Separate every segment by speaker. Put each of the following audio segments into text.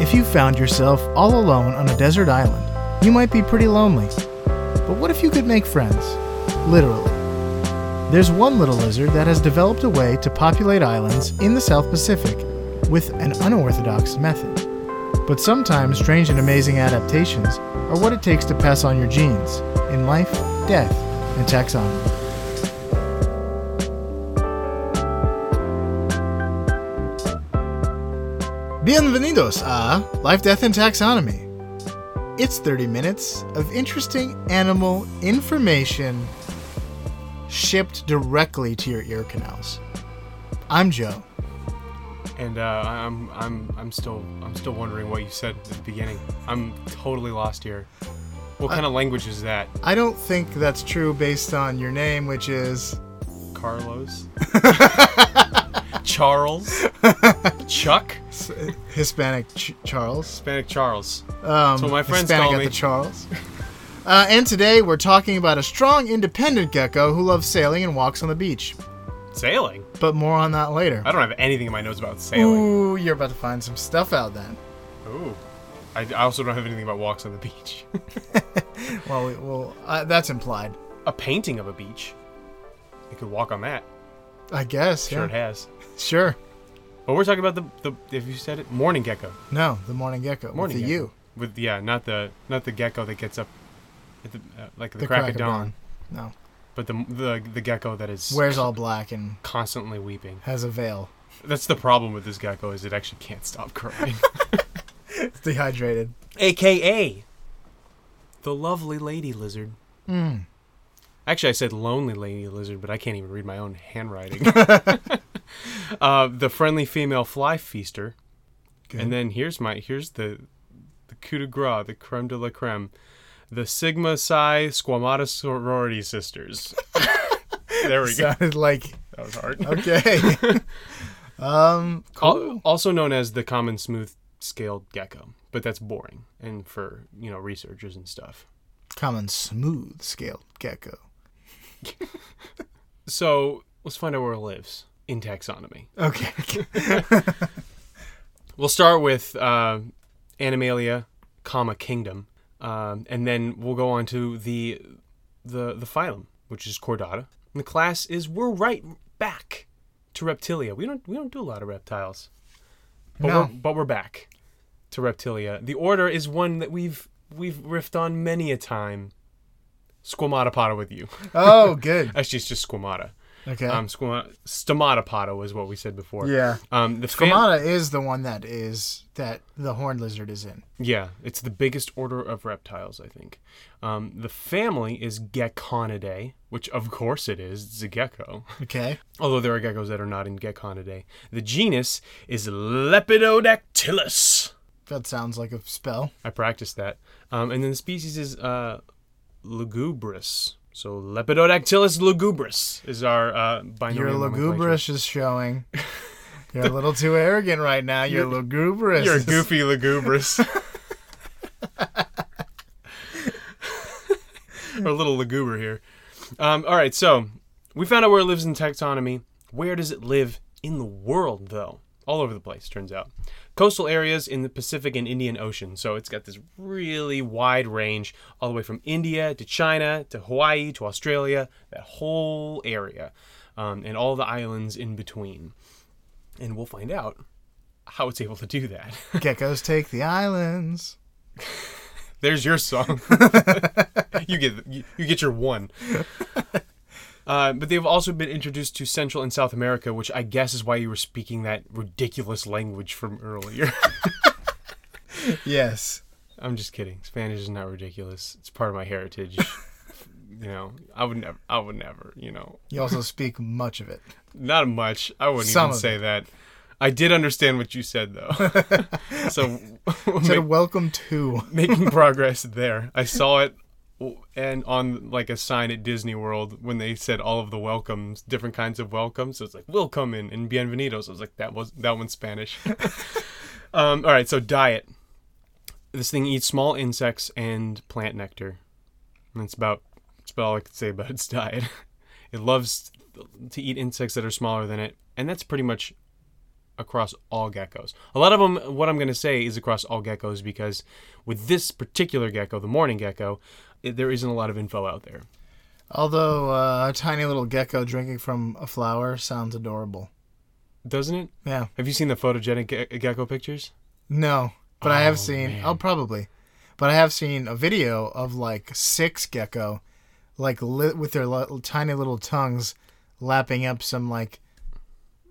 Speaker 1: If you found yourself all alone on a desert island, you might be pretty lonely. But what if you could make friends? Literally. There's one little lizard that has developed a way to populate islands in the South Pacific with an unorthodox method. But sometimes strange and amazing adaptations are what it takes to pass on your genes in life, death, and taxonomy. Bienvenidos a Life, Death, and Taxonomy. It's 30 minutes of interesting animal information shipped directly to your ear canals. I'm Joe.
Speaker 2: And uh, I'm I'm I'm still I'm still wondering what you said at the beginning. I'm totally lost here. What kind of language is that,
Speaker 1: I don't think that's true based on your name, which is
Speaker 2: Carlos? Charles? Chuck?
Speaker 1: uh, Hispanic Ch- Charles.
Speaker 2: Hispanic Charles.
Speaker 1: Um,
Speaker 2: what my friends
Speaker 1: Hispanic
Speaker 2: call
Speaker 1: at
Speaker 2: me.
Speaker 1: the Charles. Uh, and today we're talking about a strong, independent gecko who loves sailing and walks on the beach.
Speaker 2: Sailing?
Speaker 1: But more on that later.
Speaker 2: I don't have anything in my nose about sailing.
Speaker 1: Ooh, you're about to find some stuff out then.
Speaker 2: Ooh. I, I also don't have anything about walks on the beach.
Speaker 1: Well, we, well, uh, that's implied,
Speaker 2: a painting of a beach. I could walk on that.
Speaker 1: I guess.
Speaker 2: Sure, it
Speaker 1: yeah.
Speaker 2: has.
Speaker 1: Sure.
Speaker 2: But we're talking about the the if you said it morning gecko.
Speaker 1: No, the morning gecko.
Speaker 2: Morning
Speaker 1: with the
Speaker 2: gecko.
Speaker 1: you.
Speaker 2: With yeah, not the not the gecko that gets up at the uh, like the,
Speaker 1: The
Speaker 2: crack, of dawn,
Speaker 1: No,
Speaker 2: but the the the gecko that is
Speaker 1: wears all black and
Speaker 2: constantly weeping.
Speaker 1: has a veil.
Speaker 2: That's the problem with this gecko is it actually can't stop crying.
Speaker 1: It's dehydrated.
Speaker 2: AKA the lovely lady lizard. Hmm. Actually, I said lonely lady lizard, but I can't even read my own handwriting. uh, the friendly female fly feaster.
Speaker 1: Good.
Speaker 2: And then here's my here's the the coup de grace, the creme de la creme, the Sigma Psi Squamata sorority sisters. there we go.
Speaker 1: Sounded like
Speaker 2: That was hard.
Speaker 1: okay. um,
Speaker 2: Al- also known as the common smooth scaled gecko, but that's boring and for you know researchers and stuff.
Speaker 1: common smooth scaled gecko.
Speaker 2: So let's find out where it lives in taxonomy.
Speaker 1: Okay.
Speaker 2: We'll start with uh, Animalia, comma kingdom, um, and then we'll go on to the the the phylum, which is Chordata. And the class is we're right back to Reptilia. We don't we don't do a lot of reptiles, but
Speaker 1: No.
Speaker 2: we're, but we're back to Reptilia. The order is one that we've we've riffed on many a time. Squamatopoda with you.
Speaker 1: oh, good.
Speaker 2: Actually, it's just Squamata.
Speaker 1: Okay.
Speaker 2: Um, squama- Stomatopoda was what we said before.
Speaker 1: Yeah.
Speaker 2: Um, the fam-
Speaker 1: Squamata is the one that is that the horned lizard is in.
Speaker 2: Yeah, it's the biggest order of reptiles, I think. Um, the family is Gecconidae, which of course it is. It's a gecko.
Speaker 1: Okay.
Speaker 2: Although there are geckos that are not in Gecconidae. The genus is Lepidodactylus.
Speaker 1: That sounds like a spell.
Speaker 2: I practiced that. Um, and then the species is uh, Lugubris. So Lepidodactylus lugubris is our uh,
Speaker 1: Your
Speaker 2: binary nomenclature.
Speaker 1: lugubrious is showing. You're a little too arrogant right now. You're lugubrious.
Speaker 2: You're a
Speaker 1: is-
Speaker 2: goofy lugubris. We're a little luguber here. Um, all right, so we found out where it lives in taxonomy. Where does it live in the world, though? All over the place, turns out. Coastal areas in the Pacific and Indian Ocean. So it's got this really wide range, all the way from India to China to Hawaii to Australia, that whole area, um, and all the islands in between. And we'll find out how it's able to do that.
Speaker 1: Geckos take the islands.
Speaker 2: There's your song. you get you, you get your one. Uh, but they've also been introduced to Central and South America, which I guess is why you were speaking that ridiculous language from earlier.
Speaker 1: Yes.
Speaker 2: I'm just kidding. Spanish is not ridiculous. It's part of my heritage. you know, I would never. I would never. You know,
Speaker 1: You also speak much of it.
Speaker 2: not much. I wouldn't
Speaker 1: Some
Speaker 2: even
Speaker 1: of
Speaker 2: say that. I did understand what you said though. so
Speaker 1: Said
Speaker 2: make-
Speaker 1: welcome to.
Speaker 2: making progress there. I saw it w- and on like a sign at Disney World when they said all of the welcomes, different kinds of welcomes. So it's like welcome and, and bienvenidos. I was like that was that one's Spanish. um, all right, so diet. This thing eats small insects and plant nectar. And that's about that's about all I could say about its diet. It loves to eat insects that are smaller than it, and that's pretty much across all geckos. A lot of them, what I'm going to say is across all geckos because with this particular gecko, the morning gecko, it, there isn't a lot of info out there.
Speaker 1: Although uh, a tiny little gecko drinking from a flower sounds adorable.
Speaker 2: Doesn't it?
Speaker 1: Yeah.
Speaker 2: Have you seen the photogenic ge- gecko pictures?
Speaker 1: No, but I
Speaker 2: Oh,
Speaker 1: have seen.
Speaker 2: man.
Speaker 1: Oh, probably, but I have seen a video of like six gecko, like li- with their li- tiny little tongues, lapping up some like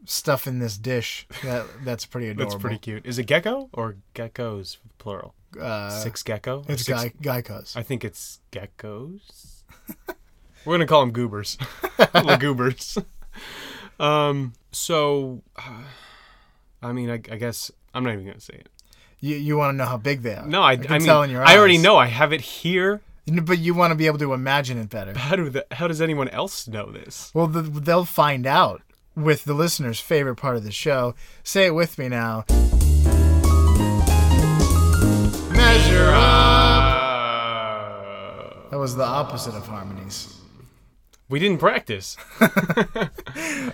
Speaker 1: stuff in this dish. That that's pretty adorable.
Speaker 2: That's pretty cute. Is it gecko or geckos plural?
Speaker 1: Uh,
Speaker 2: Six gecko? Or
Speaker 1: it's
Speaker 2: six-
Speaker 1: guy geckos.
Speaker 2: I think it's geckos. We're gonna call them goobers, Little goobers. Um. So, uh, I mean, I, I guess I'm not even gonna say it.
Speaker 1: You you want to know how big they are?
Speaker 2: No, I. I,
Speaker 1: can
Speaker 2: mean,
Speaker 1: tell in your
Speaker 2: I already
Speaker 1: eyes.
Speaker 2: know. I have it here.
Speaker 1: N- But you want to be able to imagine it better.
Speaker 2: How do the, How does anyone else know this?
Speaker 1: Well, the, they'll find out with the listener's favorite part of the show. Say it with me now. Measure
Speaker 2: Uh,
Speaker 1: That was the opposite of harmonies.
Speaker 2: we didn't practice.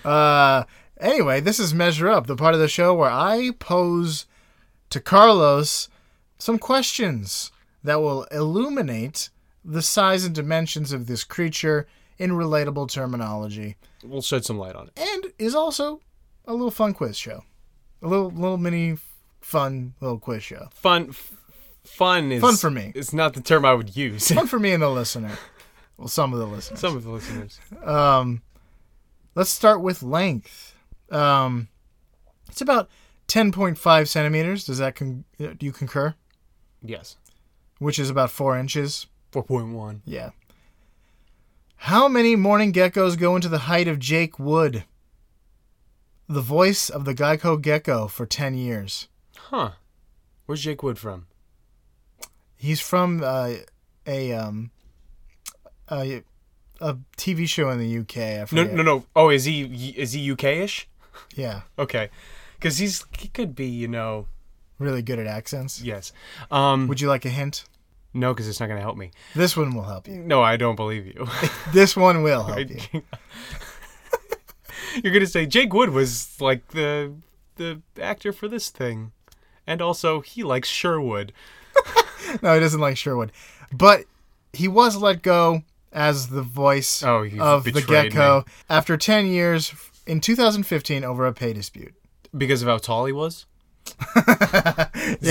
Speaker 1: Uh, anyway, this is Measure Up, the part of the show where I pose to Carlos some questions that will illuminate the size and dimensions of this creature in relatable terminology,
Speaker 2: We'll shed some light on it.
Speaker 1: and is also a little fun quiz show, a little little mini fun little quiz show.
Speaker 2: Fun. F- fun is
Speaker 1: Fun for me.
Speaker 2: It's not the term I would use.
Speaker 1: Fun for me and the listener. Well, some of the listeners.
Speaker 2: Some of the listeners.
Speaker 1: Um, let's start with length. Um, it's about 10.5 centimeters. Does that con- uh, do you concur?
Speaker 2: Yes.
Speaker 1: Which is about four inches.
Speaker 2: Four point one.
Speaker 1: Yeah. How many morning geckos go into the height of Jake Wood, the voice of the Geico gecko, for 10 years?
Speaker 2: Huh. Where's Jake Wood from?
Speaker 1: Oh, He's from uh, a um a, a TV show in the UK. I
Speaker 2: No,
Speaker 1: forget.
Speaker 2: no, no. Oh, is he is he UK-ish?
Speaker 1: Yeah,
Speaker 2: Okay, because he's he could be, you know.
Speaker 1: really good at accents.
Speaker 2: Yes. Um.
Speaker 1: Would you like a hint?
Speaker 2: no, because it's not gonna help me.
Speaker 1: This one will help you.
Speaker 2: No, I don't believe you.
Speaker 1: This one will help you.
Speaker 2: You're gonna say Jake Wood was like the the actor for this thing, and also he likes Sherwood.
Speaker 1: No, he doesn't like Sherwood. But he was let go as the voice
Speaker 2: Oh, he
Speaker 1: of the
Speaker 2: betrayed
Speaker 1: gecko after 10 years f- in 2015 over a pay dispute.
Speaker 2: Because of how tall he was. Does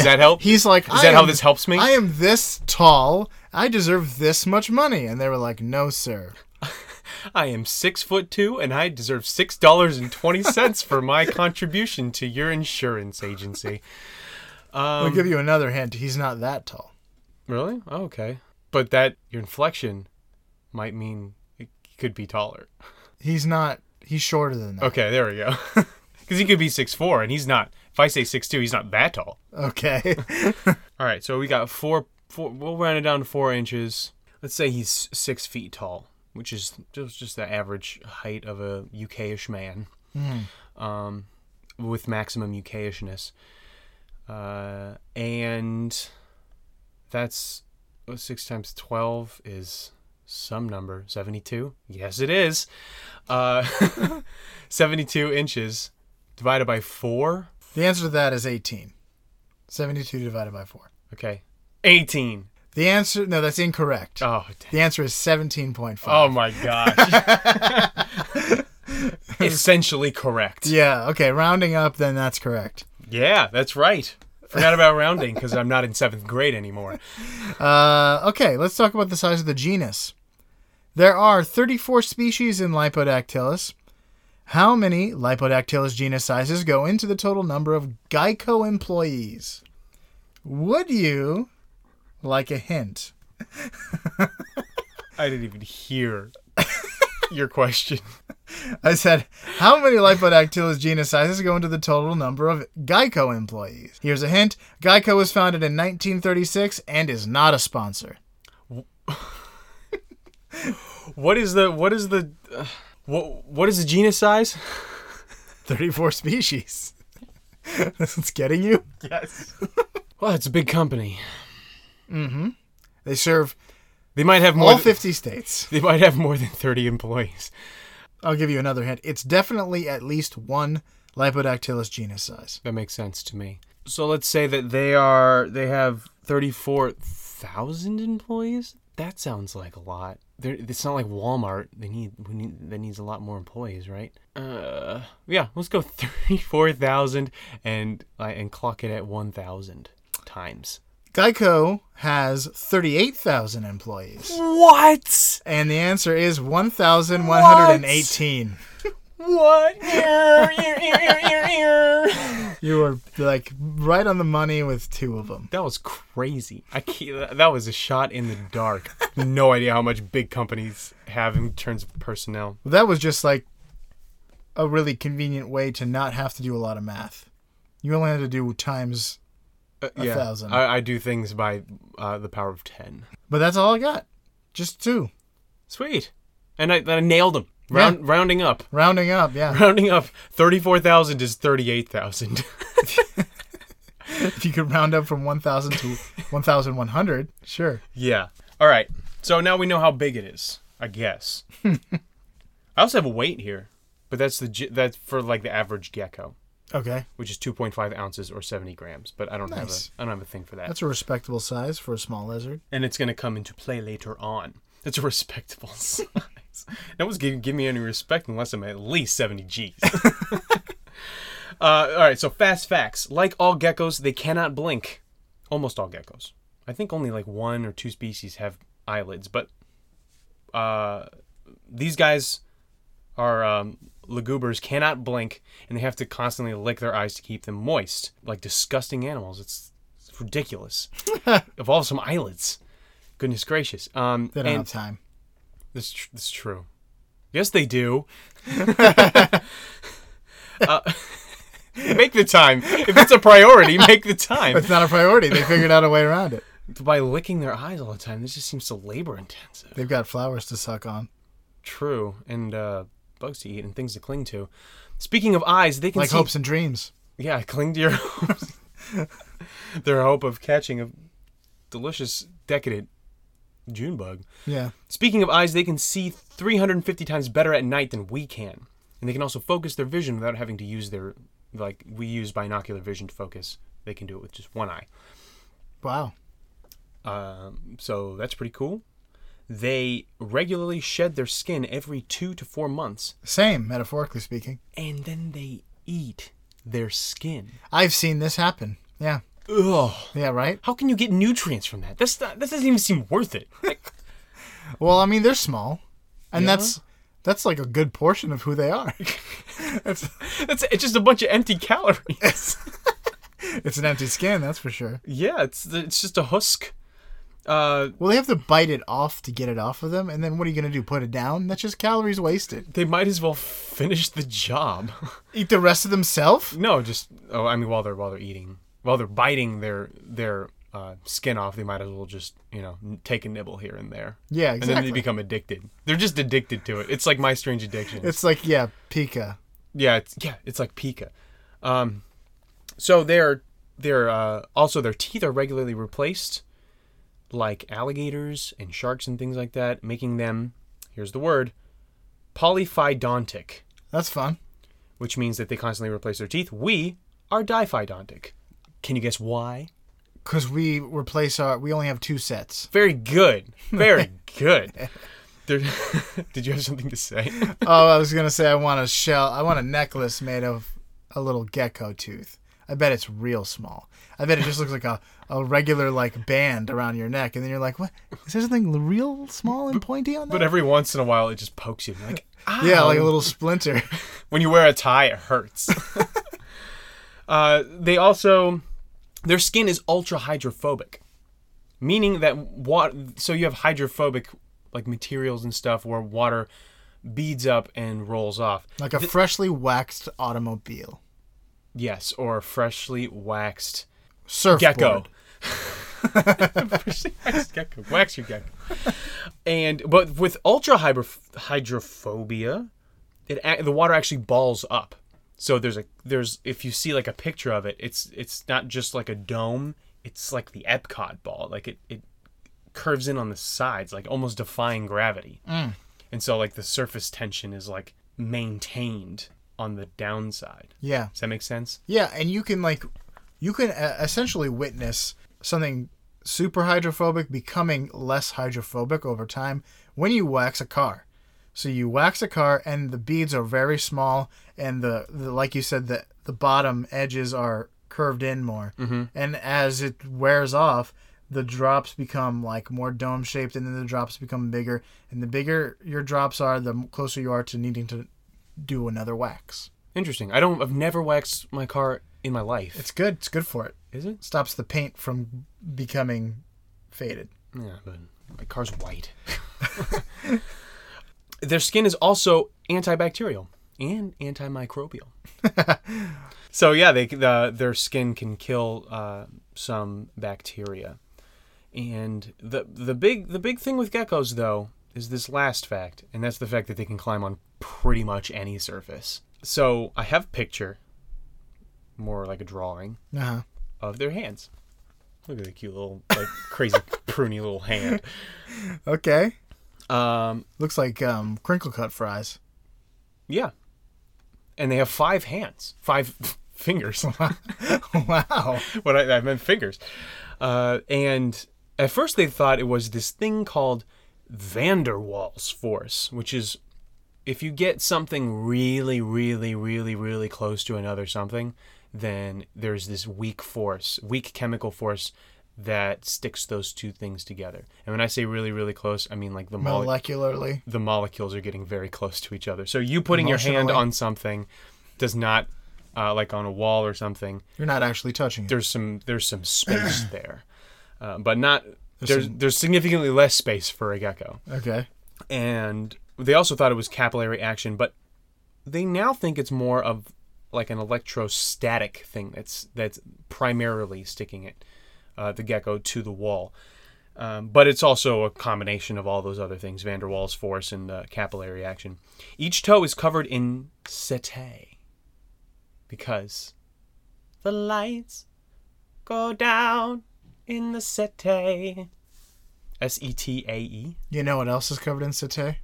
Speaker 2: that help?
Speaker 1: He's like,
Speaker 2: Is that how this helps me?
Speaker 1: I am this tall. I deserve this much money. And they were like, no, sir.
Speaker 2: I am six foot two, and I deserve six dollars and twenty cents for my contribution to your insurance agency.
Speaker 1: I'll
Speaker 2: Um,
Speaker 1: give you another hint. He's not that tall.
Speaker 2: Really? Oh, okay. But that your inflection might mean it could be taller.
Speaker 1: He's not, he's shorter than that.
Speaker 2: Okay, there we go. Because he could be six four, and he's not. If I say six two, he's not that tall.
Speaker 1: Okay.
Speaker 2: All right, so we got four. four we'll round it down to four inches. Let's say he's six feet tall, which is just just the average height of a UK-ish man, um, with maximum UK-ishness. Uh, and that's oh, six times twelve is some number seventy-two. Yes, it is. Uh, seventy-two inches divided by four.
Speaker 1: the answer to that is 18. 72 divided by 4.
Speaker 2: Okay, eighteen.
Speaker 1: The answer, no, that's incorrect.
Speaker 2: Oh, damn.
Speaker 1: The answer is 17.5.
Speaker 2: Oh my gosh. Essentially correct. Yeah.
Speaker 1: Yeah, okay, rounding up, then that's correct.
Speaker 2: that's right. Forgot about rounding because I'm not in seventh grade anymore.
Speaker 1: Uh, okay, let's talk about the size of the genus. There are 34 species in Lipodactylus. How many Lipodactylus genus sizes go into the total number of Geico employees? Would you like a hint?
Speaker 2: I didn't even hear your question.
Speaker 1: I said, how many Lipodactylus genus sizes go into the total number of Geico employees? Here's a hint Geico was founded in 1936 and is not a sponsor.
Speaker 2: What is the what is the uh, what what is the genus size?
Speaker 1: 34 species. It's getting you.
Speaker 2: Yes. Well, it's a big company.
Speaker 1: They serve
Speaker 2: They might have more.
Speaker 1: all
Speaker 2: th-
Speaker 1: 50 states.
Speaker 2: they might have more than 30 employees.
Speaker 1: I'll give you another hint. It's definitely at least one Lipodactylus genus size.
Speaker 2: That makes sense to me. So let's say that they are they have 34,000 employees. That sounds like a lot. They're, it's not like Walmart. They need we need that needs a lot more employees, right? Uh, yeah. Let's go 34,000 and uh, and clock it at 1,000 times.
Speaker 1: Geico has 38,000 employees.
Speaker 2: What?
Speaker 1: And the answer is 1,118.
Speaker 2: What? Ear, ear, ear, ear, ear, ear.
Speaker 1: You were like right on the money with two of them.
Speaker 2: That was crazy. I can't, that was a shot in the dark. No idea how much big companies have in terms of personnel.
Speaker 1: That was just like a really convenient way to not have to do a lot of math. You only had to do times,
Speaker 2: Uh,
Speaker 1: A thousand.
Speaker 2: I, I do things by uh, the power of ten.
Speaker 1: but that's all I got. Just two.
Speaker 2: Sweet, and I, I nailed them. Round, Rounding up,
Speaker 1: Rounding up, yeah.
Speaker 2: rounding up. Thirty-four thousand is thirty-eight thousand.
Speaker 1: if you could round up from 1,000 to 1,100, sure.
Speaker 2: yeah. All right. So now we know how big it is. I guess. I also have a weight here, but that's the ge- that's for like the average gecko.
Speaker 1: Okay.
Speaker 2: which is 2.5 ounces or 70 grams. But I don't
Speaker 1: Nice.
Speaker 2: have a I don't have a thing for that.
Speaker 1: That's a respectable size for a small lizard.
Speaker 2: and it's going to come into play later on. It's a respectable size. No one's giving give me any respect unless I'm at least 70 G's. uh, all right, so fast facts. Like all geckos, they cannot blink. Almost all geckos. I think only like one or two species have eyelids, but uh, these guys are um, lugubers cannot blink, and they have to constantly lick their eyes to keep them moist. Like disgusting animals. It's, it's ridiculous. Evolve some eyelids. Goodness gracious. Um,
Speaker 1: They don't
Speaker 2: and-
Speaker 1: have time.
Speaker 2: that's, tr- that's true. Yes, they do. uh, make the time. If it's a priority, make the time.
Speaker 1: It's not a priority. They figured out a way around it.
Speaker 2: By licking their eyes all the time, this just seems so labor intensive.
Speaker 1: They've got flowers to suck on.
Speaker 2: True. And uh, bugs to eat and things to cling to. Speaking of eyes, they can
Speaker 1: Like
Speaker 2: see-
Speaker 1: hopes and dreams.
Speaker 2: Yeah, cling to your hopes. their hope of catching a delicious, decadent June bug.
Speaker 1: Yeah.
Speaker 2: Speaking of eyes, they can see 350 times better at night than we can, and they can also focus their vision without having to use their like we use binocular vision to focus. They can do it with just one eye.
Speaker 1: Wow.
Speaker 2: Um, so that's pretty cool. They regularly shed their skin every two to four months,
Speaker 1: Same, metaphorically speaking.
Speaker 2: and then they eat their skin.
Speaker 1: I've seen this happen. Yeah.
Speaker 2: Ugh.
Speaker 1: Yeah, right?
Speaker 2: How can you get nutrients from that? That's not, that doesn't even seem worth it. Like,
Speaker 1: Well, I mean, they're small. And
Speaker 2: Yeah.
Speaker 1: that's that's like a good portion of who they are. it's,
Speaker 2: that's it's just a bunch of empty calories.
Speaker 1: it's an empty skin, that's for sure.
Speaker 2: yeah, it's it's just a husk. Uh,
Speaker 1: Well, they have to bite it off to get it off of them, and then what are you going to do? Put it down? That's just calories wasted.
Speaker 2: they might as well finish the job.
Speaker 1: Eat the rest of themselves?
Speaker 2: no, just oh, I mean while they're while they're eating, while they're biting their their uh, skin off, they might as well just you know n- take a nibble here and there.
Speaker 1: Yeah,
Speaker 2: And then they
Speaker 1: exactly.
Speaker 2: become addicted. They're just addicted to it. It's like my strange addiction.
Speaker 1: It's like, yeah, Pika.
Speaker 2: yeah, it's yeah, it's like pica. Um, so they're they're uh, also their teeth are regularly replaced, like alligators and sharks and things like that, making them here's the word polyphyodontic.
Speaker 1: That's fun.
Speaker 2: which means that they constantly replace their teeth. We are diphyodontic. Can you guess why?
Speaker 1: Because we replace our, we only have two sets.
Speaker 2: Very good. Very good. There- Did you have something to say?
Speaker 1: oh, I was going to say, I want a shell, I want a necklace made of a little gecko tooth. I bet it's real small. I bet it just looks like a, a regular like band around your neck, and then you're like, "What? Is there something real small and pointy on that?"
Speaker 2: But every once in a while, it just pokes you. Like, ah.
Speaker 1: yeah, like a little splinter.
Speaker 2: When you wear a tie, it hurts. uh, they also, their skin is ultra hydrophobic, meaning that water. So you have hydrophobic like materials and stuff where water beads up and rolls off.
Speaker 1: like a freshly waxed automobile.
Speaker 2: Yes, or freshly waxed
Speaker 1: Surfboard.
Speaker 2: gecko. Wax gecko. Wax your gecko. And but with ultra hydro- hydrophobia, it ac- the water actually balls up. So there's a there's if you see like a picture of it, it's it's not just like a dome. It's like the Epcot ball. Like it it curves in on the sides, like almost Mm. defying gravity. And so like the surface tension is like maintained on the downside.
Speaker 1: Yeah.
Speaker 2: Does that make sense?
Speaker 1: Yeah, and you can like, you can uh, essentially witness something super hydrophobic becoming less hydrophobic over time when you wax a car. So you wax a car, and the beads are very small, and the, the like you said, the the bottom edges are curved in more. And as it wears off, the drops become like more dome shaped, and then the drops become bigger. And the bigger your drops are, the closer you are to needing to do another wax.
Speaker 2: Interesting. I don't. I've never waxed my car in my life.
Speaker 1: It's good. It's good for it.
Speaker 2: Is it?
Speaker 1: stops the paint from becoming faded.
Speaker 2: Yeah, but my car's white. Their skin is also antibacterial and antimicrobial. so yeah, they the, their skin can kill uh, some bacteria. And the the big the big thing with geckos though is this last fact, and that's the fact that they can climb on pretty much any surface. So I have a picture, more like a drawing
Speaker 1: Uh huh.
Speaker 2: of their hands. Look at the cute little, like crazy pruny little hand.
Speaker 1: Okay.
Speaker 2: Um,
Speaker 1: Looks like um, crinkle cut fries.
Speaker 2: yeah, and they have five hands, five fingers.
Speaker 1: wow.
Speaker 2: what I, I meant fingers. Uh, and at first they thought it was this thing called van der Waals force, which is if you get something really, really, really, really close to another something, then there's this weak force, weak chemical force that sticks those two things together. And when I say really, really close, I mean like the molecule
Speaker 1: Molecularly.
Speaker 2: the molecules are getting very close to each other. So you putting your hand
Speaker 1: Emotionally.
Speaker 2: on something does not, uh, like on a wall or something.
Speaker 1: You're not actually touching it.
Speaker 2: There's some there's some space there, uh, but not there's there's,
Speaker 1: some-
Speaker 2: significantly less space for a gecko.
Speaker 1: Okay.
Speaker 2: And they also thought it was capillary action, but they now think it's more of like an electrostatic thing that's that's primarily sticking it uh, the gecko to the wall. Um, but it's also a combination of all those other things: van der Waals force and uh, capillary action. Each toe is covered in setae because the lights go down in the setae. S e t a e.
Speaker 1: You know what else is covered in satay?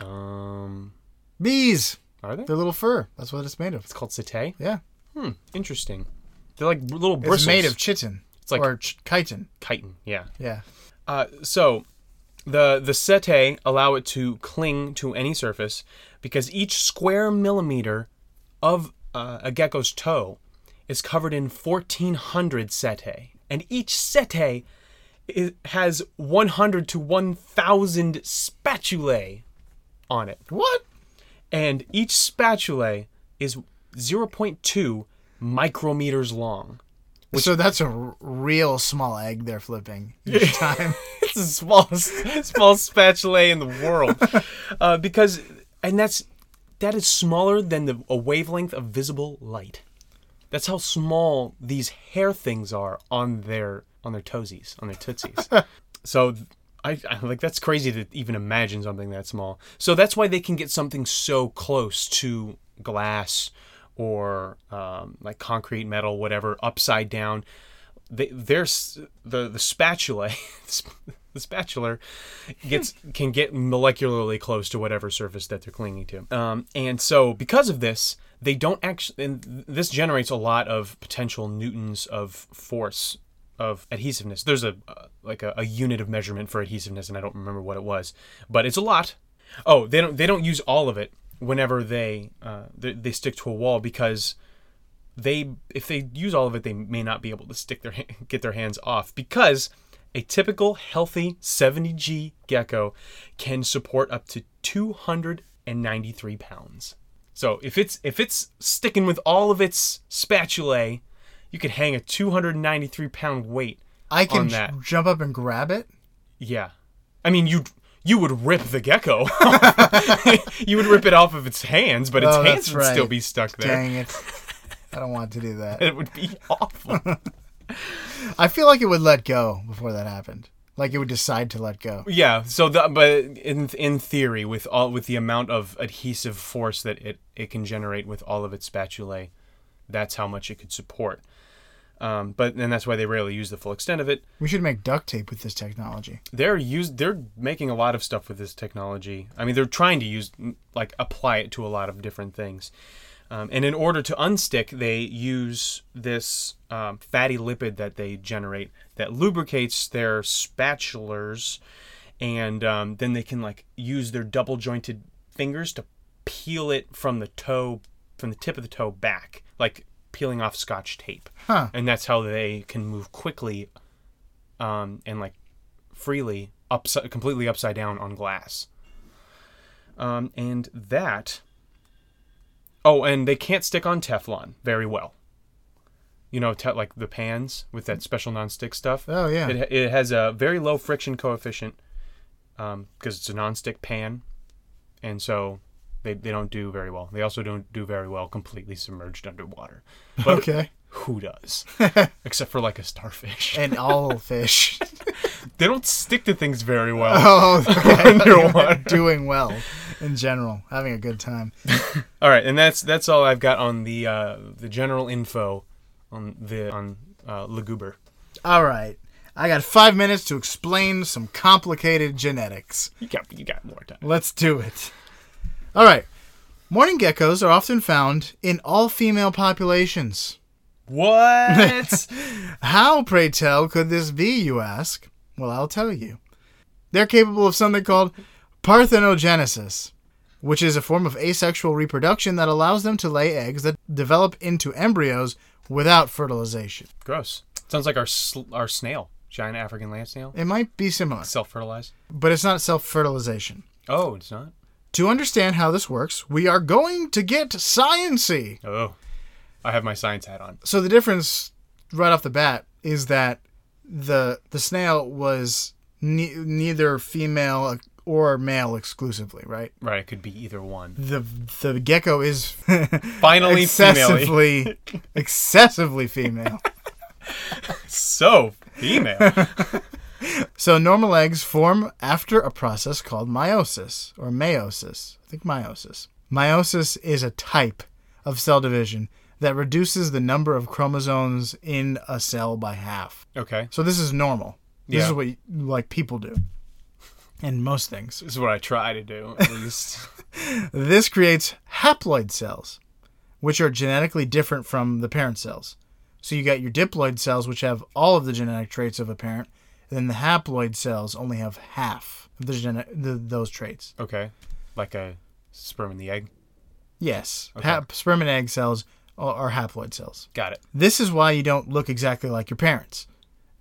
Speaker 2: Um,
Speaker 1: Bees.
Speaker 2: are they?
Speaker 1: Their little fur. That's what it's made of.
Speaker 2: It's called setae.
Speaker 1: Yeah.
Speaker 2: Hmm, interesting. They're like little
Speaker 1: It's
Speaker 2: bristles.
Speaker 1: made of chitin. It's
Speaker 2: like-
Speaker 1: or ch- chitin.
Speaker 2: chitin. Yeah.
Speaker 1: Yeah.
Speaker 2: Uh, so the the setae allow it to cling to any surface because each square millimeter of uh, a gecko's toe is covered in 1400 setae and each setae i has 100 to 1000 spatulae on it
Speaker 1: What?
Speaker 2: and each spatulae is 0.2 micrometers long
Speaker 1: so that's a r- real small egg they're flipping each time.
Speaker 2: it's the smallest small spatula in the world uh, because and that's that is smaller than the a wavelength of visible light that's how small these hair things are on their on their toesies on their tootsies so th- I, I like that's crazy to even imagine something that small so that's why they can get something so close to glass or um, like concrete metal whatever upside down they, their s- the the spatula the spatula gets can get molecularly close to whatever surface that they're clinging to um, and so because of this they don't actually and th- this generates a lot of potential newtons of force of adhesiveness there's a uh, like a, a unit of measurement for adhesiveness and i don't remember what it was but it's a lot oh they don't they don't use all of it whenever they uh, they, they stick to a wall because they if they use all of it they may not be able to stick their ha- get their hands off because a typical healthy 70g gecko can support up to 293 pounds so if it's if it's sticking with all of its spatulae you could hang a 293 pound weight
Speaker 1: I
Speaker 2: On
Speaker 1: can j-
Speaker 2: that.
Speaker 1: jump up and grab it.
Speaker 2: yeah i mean you you would rip the gecko you would rip it off of its hands but its
Speaker 1: Oh, that's
Speaker 2: hands would still
Speaker 1: right.
Speaker 2: be stuck there
Speaker 1: Dang it. I don't want to do that.
Speaker 2: it would be awful
Speaker 1: I feel like it would let go before that happened. Like it would decide to let go.
Speaker 2: Yeah. So, the, but in in theory, with all with the amount of adhesive force that it it can generate with all of its spatulae, that's how much it could support. Um, but and that's why they rarely use the full extent of it.
Speaker 1: We should make duct tape with this technology.
Speaker 2: They're used. They're making a lot of stuff with this technology. I mean, they're trying to use like apply it to a lot of different things. Um, and in order to unstick, they use this um, fatty lipid that they generate that lubricates their spatulars, and um, then they can like use their double jointed fingers to peel it from the toe, from the tip of the toe back, like peeling off scotch tape.
Speaker 1: Huh.
Speaker 2: And that's how they can move quickly, um, and like freely upside, completely upside down on glass. Um, and that. Oh, and they can't stick on Teflon very well. You know, te- like the pans with that special nonstick stuff.
Speaker 1: Oh yeah.
Speaker 2: It, it has a very low friction coefficient because it's a nonstick pan, and so they, they don't do very well. They also don't do very well completely submerged underwater. But
Speaker 1: okay.
Speaker 2: who does? Except for like a starfish.
Speaker 1: And all fish.
Speaker 2: They don't stick to things very well
Speaker 1: oh, okay.
Speaker 2: underwater.
Speaker 1: doing well in general, having a good time.
Speaker 2: All right, and that's that's all I've got on the uh, the general info on the on uh, luguber.
Speaker 1: All right. I got five minutes to explain some complicated genetics.
Speaker 2: You got you got more time.
Speaker 1: Let's do it. All right. Morning geckos are often found in all female populations.
Speaker 2: What?
Speaker 1: How, pray tell, could this be, you ask? Well, I'll tell you. They're capable of something called parthenogenesis, which is a form of asexual reproduction that allows them to lay eggs that develop into embryos without fertilization.
Speaker 2: Gross. Sounds like our sl- our snail, giant African land snail,
Speaker 1: It might be similar,
Speaker 2: self fertilized.
Speaker 1: but it's not self fertilization.
Speaker 2: Oh, it's not.
Speaker 1: To understand how this works, we are going to get sciency.
Speaker 2: Oh, I have my science hat on.
Speaker 1: so the difference right off the bat is that the the snail was ne- neither female or male exclusively, right?
Speaker 2: Right, it could be either one.
Speaker 1: The the gecko is
Speaker 2: Finally, female.
Speaker 1: excessively excessively female.
Speaker 2: So female.
Speaker 1: So normal eggs form after a process called meiosis or meiosis. I think meiosis. Meiosis is a type of cell division that reduces the number of chromosomes in a cell by half.
Speaker 2: okay,
Speaker 1: So this is normal. This
Speaker 2: Yeah.
Speaker 1: is what like people do, and most things.
Speaker 2: this is what I try to do at least.
Speaker 1: This creates haploid cells, which are genetically different from the parent cells. So you got your diploid cells, which have all of the genetic traits of a parent, and then the haploid cells only have half of the gene- the, those traits.
Speaker 2: okay, like a sperm and the egg.
Speaker 1: Yes, hap- sperm and egg cells are, are haploid cells.
Speaker 2: Got it.
Speaker 1: This is why you don't look exactly like your parents.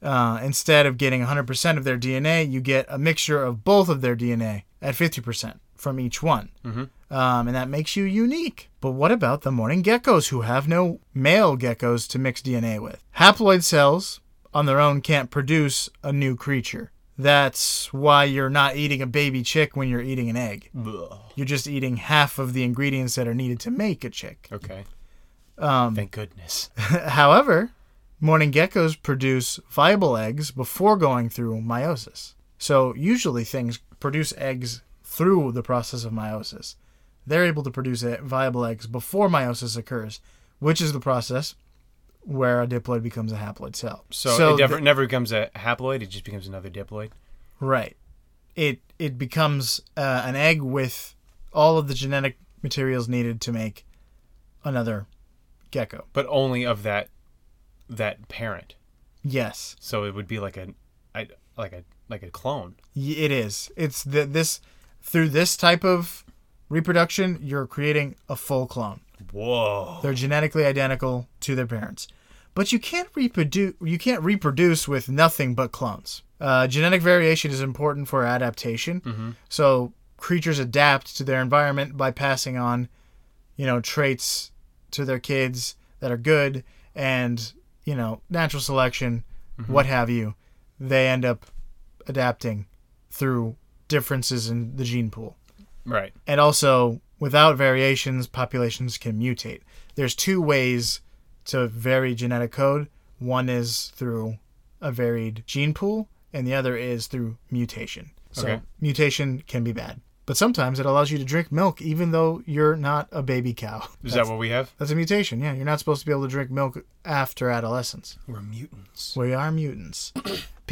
Speaker 1: Uh, instead of getting 100% of their DNA, you get a mixture of both of their DNA at 50% from each one. Mm-hmm. Um, and that makes you unique. But what about the morning geckos who have no male geckos to mix DNA with? Haploid cells on their own can't produce a new creature. That's why you're not eating a baby chick when you're eating an egg.
Speaker 2: Ugh.
Speaker 1: You're just eating half of the ingredients that are needed to make a chick.
Speaker 2: Okay. Um, Thank goodness.
Speaker 1: However, morning geckos produce viable eggs before going through meiosis. So usually things produce eggs through the process of meiosis. They're able to produce e- viable eggs before meiosis occurs, which is the process where a diploid becomes a haploid cell.
Speaker 2: So, it never, never becomes a haploid; it just becomes another diploid.
Speaker 1: the- right, it it becomes uh, an egg with all of the genetic materials needed to make another gecko.
Speaker 2: but only of that that parent.
Speaker 1: Yes.
Speaker 2: So it would be like a, I, like a like a clone.
Speaker 1: Y- It is. It's the, this through this type of reproduction, you're creating a full clone.
Speaker 2: Whoa.
Speaker 1: They're genetically identical to their parents, but you can't reproduce. You can't reproduce with nothing but clones. Uh, genetic variation is important for adaptation. So creatures adapt to their environment by passing on, you know, traits to their kids that are good, and you know, natural selection, what have you. They end up adapting through differences in the gene pool
Speaker 2: Right.
Speaker 1: and also without variations populations can mutate there's two ways to vary genetic code one is through a varied gene pool and the other is through mutation so
Speaker 2: Okay.
Speaker 1: mutation can be bad But sometimes it allows you to drink milk even though you're not a baby cow.
Speaker 2: Is
Speaker 1: That's-
Speaker 2: that what we have?
Speaker 1: That's a mutation. Yeah, you're not supposed to be able to drink milk after adolescence.
Speaker 2: We're mutants.
Speaker 1: We are mutants.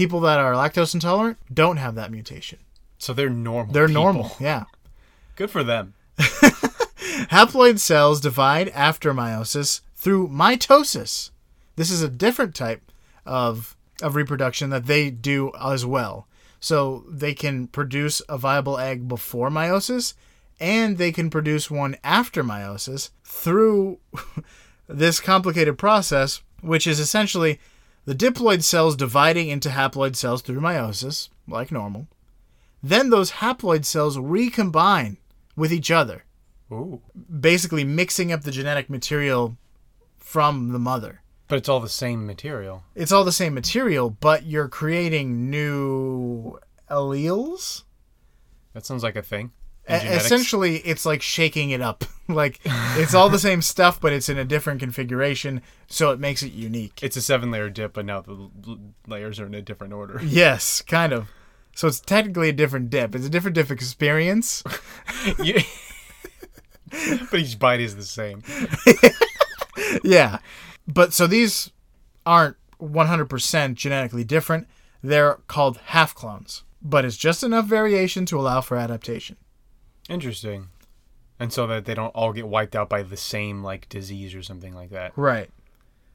Speaker 1: People that are lactose intolerant don't have that mutation.
Speaker 2: So they're normal.
Speaker 1: They're
Speaker 2: people.
Speaker 1: normal. Yeah.
Speaker 2: Good for them.
Speaker 1: Haploid cells divide after meiosis through mitosis. This is a different type of of reproduction that they do as well. So they can produce a viable egg before meiosis and they can produce one after meiosis through this complicated process which is essentially the diploid cells dividing into haploid cells through meiosis like normal. Then those haploid cells recombine with each other
Speaker 2: Ooh.
Speaker 1: basically mixing up the genetic material from the mother.
Speaker 2: But it's all the same material.
Speaker 1: It's all the same material, but you're creating new alleles.
Speaker 2: That sounds like a thing.
Speaker 1: E-
Speaker 2: in genetics.
Speaker 1: essentially, it's like shaking it up. like it's all the same stuff, but it's in a different configuration, so it makes it unique.
Speaker 2: it's a seven-layer dip, but now the l- l- layers are in a different order.
Speaker 1: Yes, kind of. So it's technically a different dip. It's a different dip experience.
Speaker 2: You- but each bite is the same.
Speaker 1: yeah. But so these aren't 100% genetically different. They're called half clones, but it's just enough variation to allow for adaptation.
Speaker 2: Interesting. And so that they don't all get wiped out by the same like disease or something like that.
Speaker 1: Right.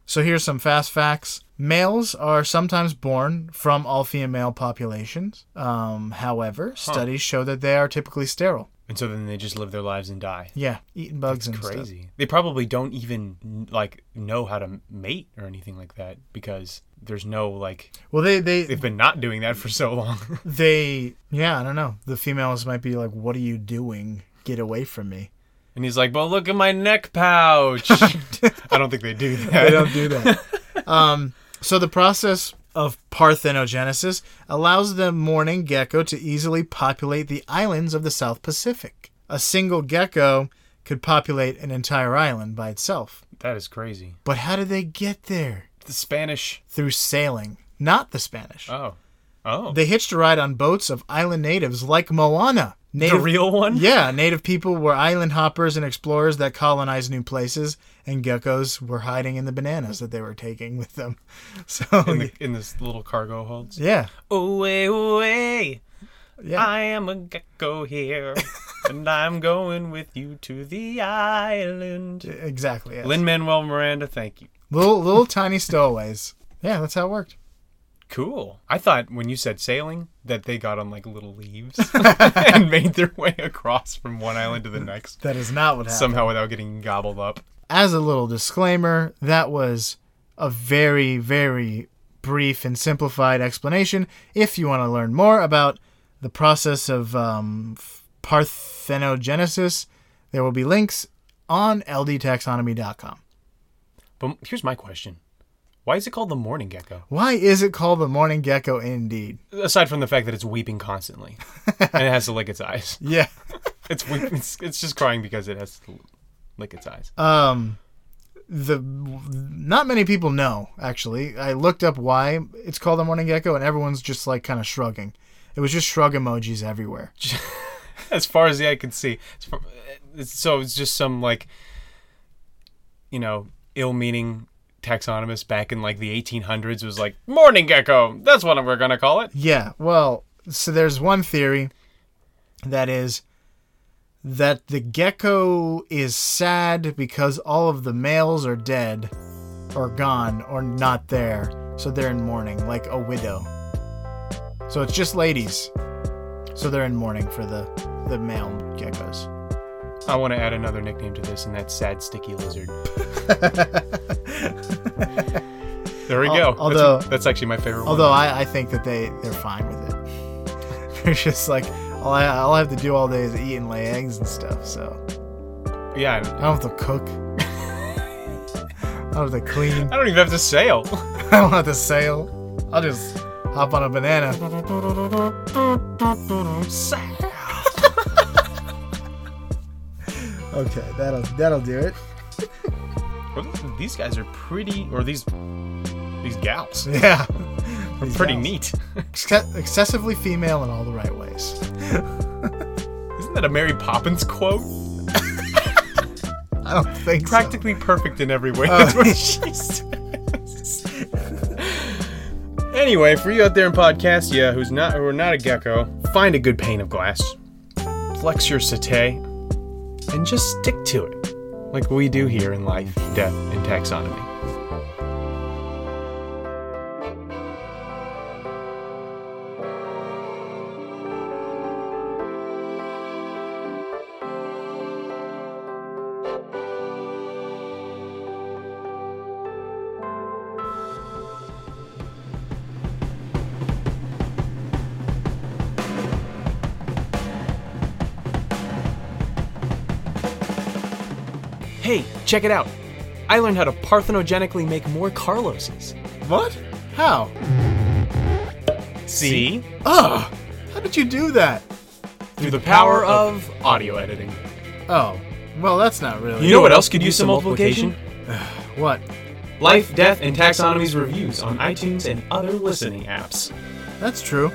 Speaker 1: So here's some fast facts. Males are sometimes born from all female populations. Um, however, studies show that they are typically sterile.
Speaker 2: And so then they just live their lives and die.
Speaker 1: Yeah, eating bugs and stuff.
Speaker 2: Crazy. They probably don't even like know how to mate or anything like that because there's no like
Speaker 1: Well, they, they
Speaker 2: they've been not doing that for so long.
Speaker 1: they yeah, I don't know. The females might be like, "What are you doing? Get away from me."
Speaker 2: and he's like, "Well, look at my neck pouch." I don't think they do that.
Speaker 1: I don't do that. um, so the process of parthenogenesis allows the mourning gecko to easily populate the islands of the South Pacific. A single gecko could populate an entire island by itself.
Speaker 2: That is crazy.
Speaker 1: But how did they get there?
Speaker 2: The Spanish.
Speaker 1: Through sailing, not the Spanish.
Speaker 2: Oh. Oh.
Speaker 1: They hitched a ride on boats of island natives like Moana.
Speaker 2: the
Speaker 1: Native,
Speaker 2: real one?
Speaker 1: yeah, native people were island hoppers and explorers that colonized new places, and geckos were hiding in the bananas that they were taking with them. So,
Speaker 2: In, the, in this little cargo holds.
Speaker 1: yeah,
Speaker 2: Away, away.
Speaker 1: Yeah.
Speaker 2: I am a gecko here, and I'm going with you to the
Speaker 1: e-
Speaker 2: island.
Speaker 1: exactly. yes.
Speaker 2: Lin Manuel Miranda, thank you.
Speaker 1: Little little tiny stowaways. Yeah, that's how it worked.
Speaker 2: Cool. I thought when you said sailing that they got on like little leaves and made their way across from one island to the next
Speaker 1: That is not what happened.
Speaker 2: somehow without getting gobbled up.
Speaker 1: As a little disclaimer, that was a very very brief and simplified explanation. If you want to learn more about the process of um, f- parthenogenesis, there will be links on ldtaxonomy.com.
Speaker 2: But here's my question. Why is it called the morning gecko?
Speaker 1: Why is it called the morning gecko? Indeed.
Speaker 2: Aside from the fact that it's weeping constantly and it has to lick its eyes.
Speaker 1: Yeah.
Speaker 2: It's weeping, it's, it's just crying because it has to lick its eyes.
Speaker 1: um the not many people know actually i looked up why it's called a morning gecko and everyone's just like kind of shrugging it was just shrug emojis everywhere
Speaker 2: as far as the eye can see. As far- it's- So it's just some like, you know, ill-meaning taxonomist back in like the 1800s was like, "Morning gecko, that's what we're gonna call it."
Speaker 1: yeah well so there's one theory that is that the gecko is sad because all of the males are dead or gone or not there so they're in mourning like a widow so it's just ladies so they're in mourning for the the male geckos
Speaker 2: I want to add another nickname to this, and that's sad sticky lizard. there we
Speaker 1: Al-
Speaker 2: go.
Speaker 1: although-
Speaker 2: that's, that's actually my favorite
Speaker 1: Although
Speaker 2: one.
Speaker 1: I, I think that they they're fine with it. they're just like all I, all I have to do all day is eat and lay eggs and stuff. So
Speaker 2: Although, yeah,
Speaker 1: I don't have to cook. I don't have to clean.
Speaker 2: I don't even have to sail.
Speaker 1: I don't have to sail. I'll just hop on a banana. Okay, that'll that'll do it.
Speaker 2: Well, these guys are pretty, or these these gals,
Speaker 1: Yeah, These
Speaker 2: pretty
Speaker 1: gals.
Speaker 2: neat.
Speaker 1: Exce- excessively female in all the right ways.
Speaker 2: Isn't Isn't that a Mary Poppins quote?
Speaker 1: I don't think
Speaker 2: Practically perfect in every way. That's what she says. anyway, for you out there in Podcastia who's not who are not a gecko, find a good pane of glass, flex your satay, and just stick to it, like we do here in life, death, and taxonomy. Hey, check it out! I learned how to parthenogenically make more Carloses.
Speaker 1: so. What? How?
Speaker 2: See?
Speaker 1: Ugh! How did you do that?
Speaker 2: Through the power of audio editing.
Speaker 1: Oh, well, that's not really.
Speaker 2: You know what else could use some multiplication?
Speaker 1: What?
Speaker 2: Life, Death, and Taxonomies reviews on iTunes and other listening apps.
Speaker 1: That's true.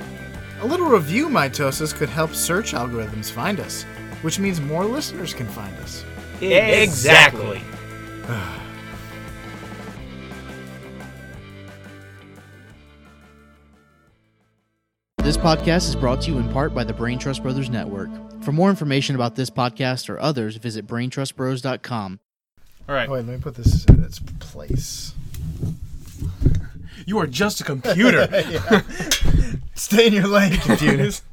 Speaker 1: A little review mitosis could help search algorithms find us, which means more listeners can find us.
Speaker 2: Exactly.
Speaker 3: This podcast is brought to you in part by the Brain Trust Brothers Network. For more information about this podcast or others, visit braintrustbros.com.
Speaker 2: All right.
Speaker 1: Oh, wait, let me put this in its place.
Speaker 2: You are just a computer.
Speaker 1: Stay in your lane, computers.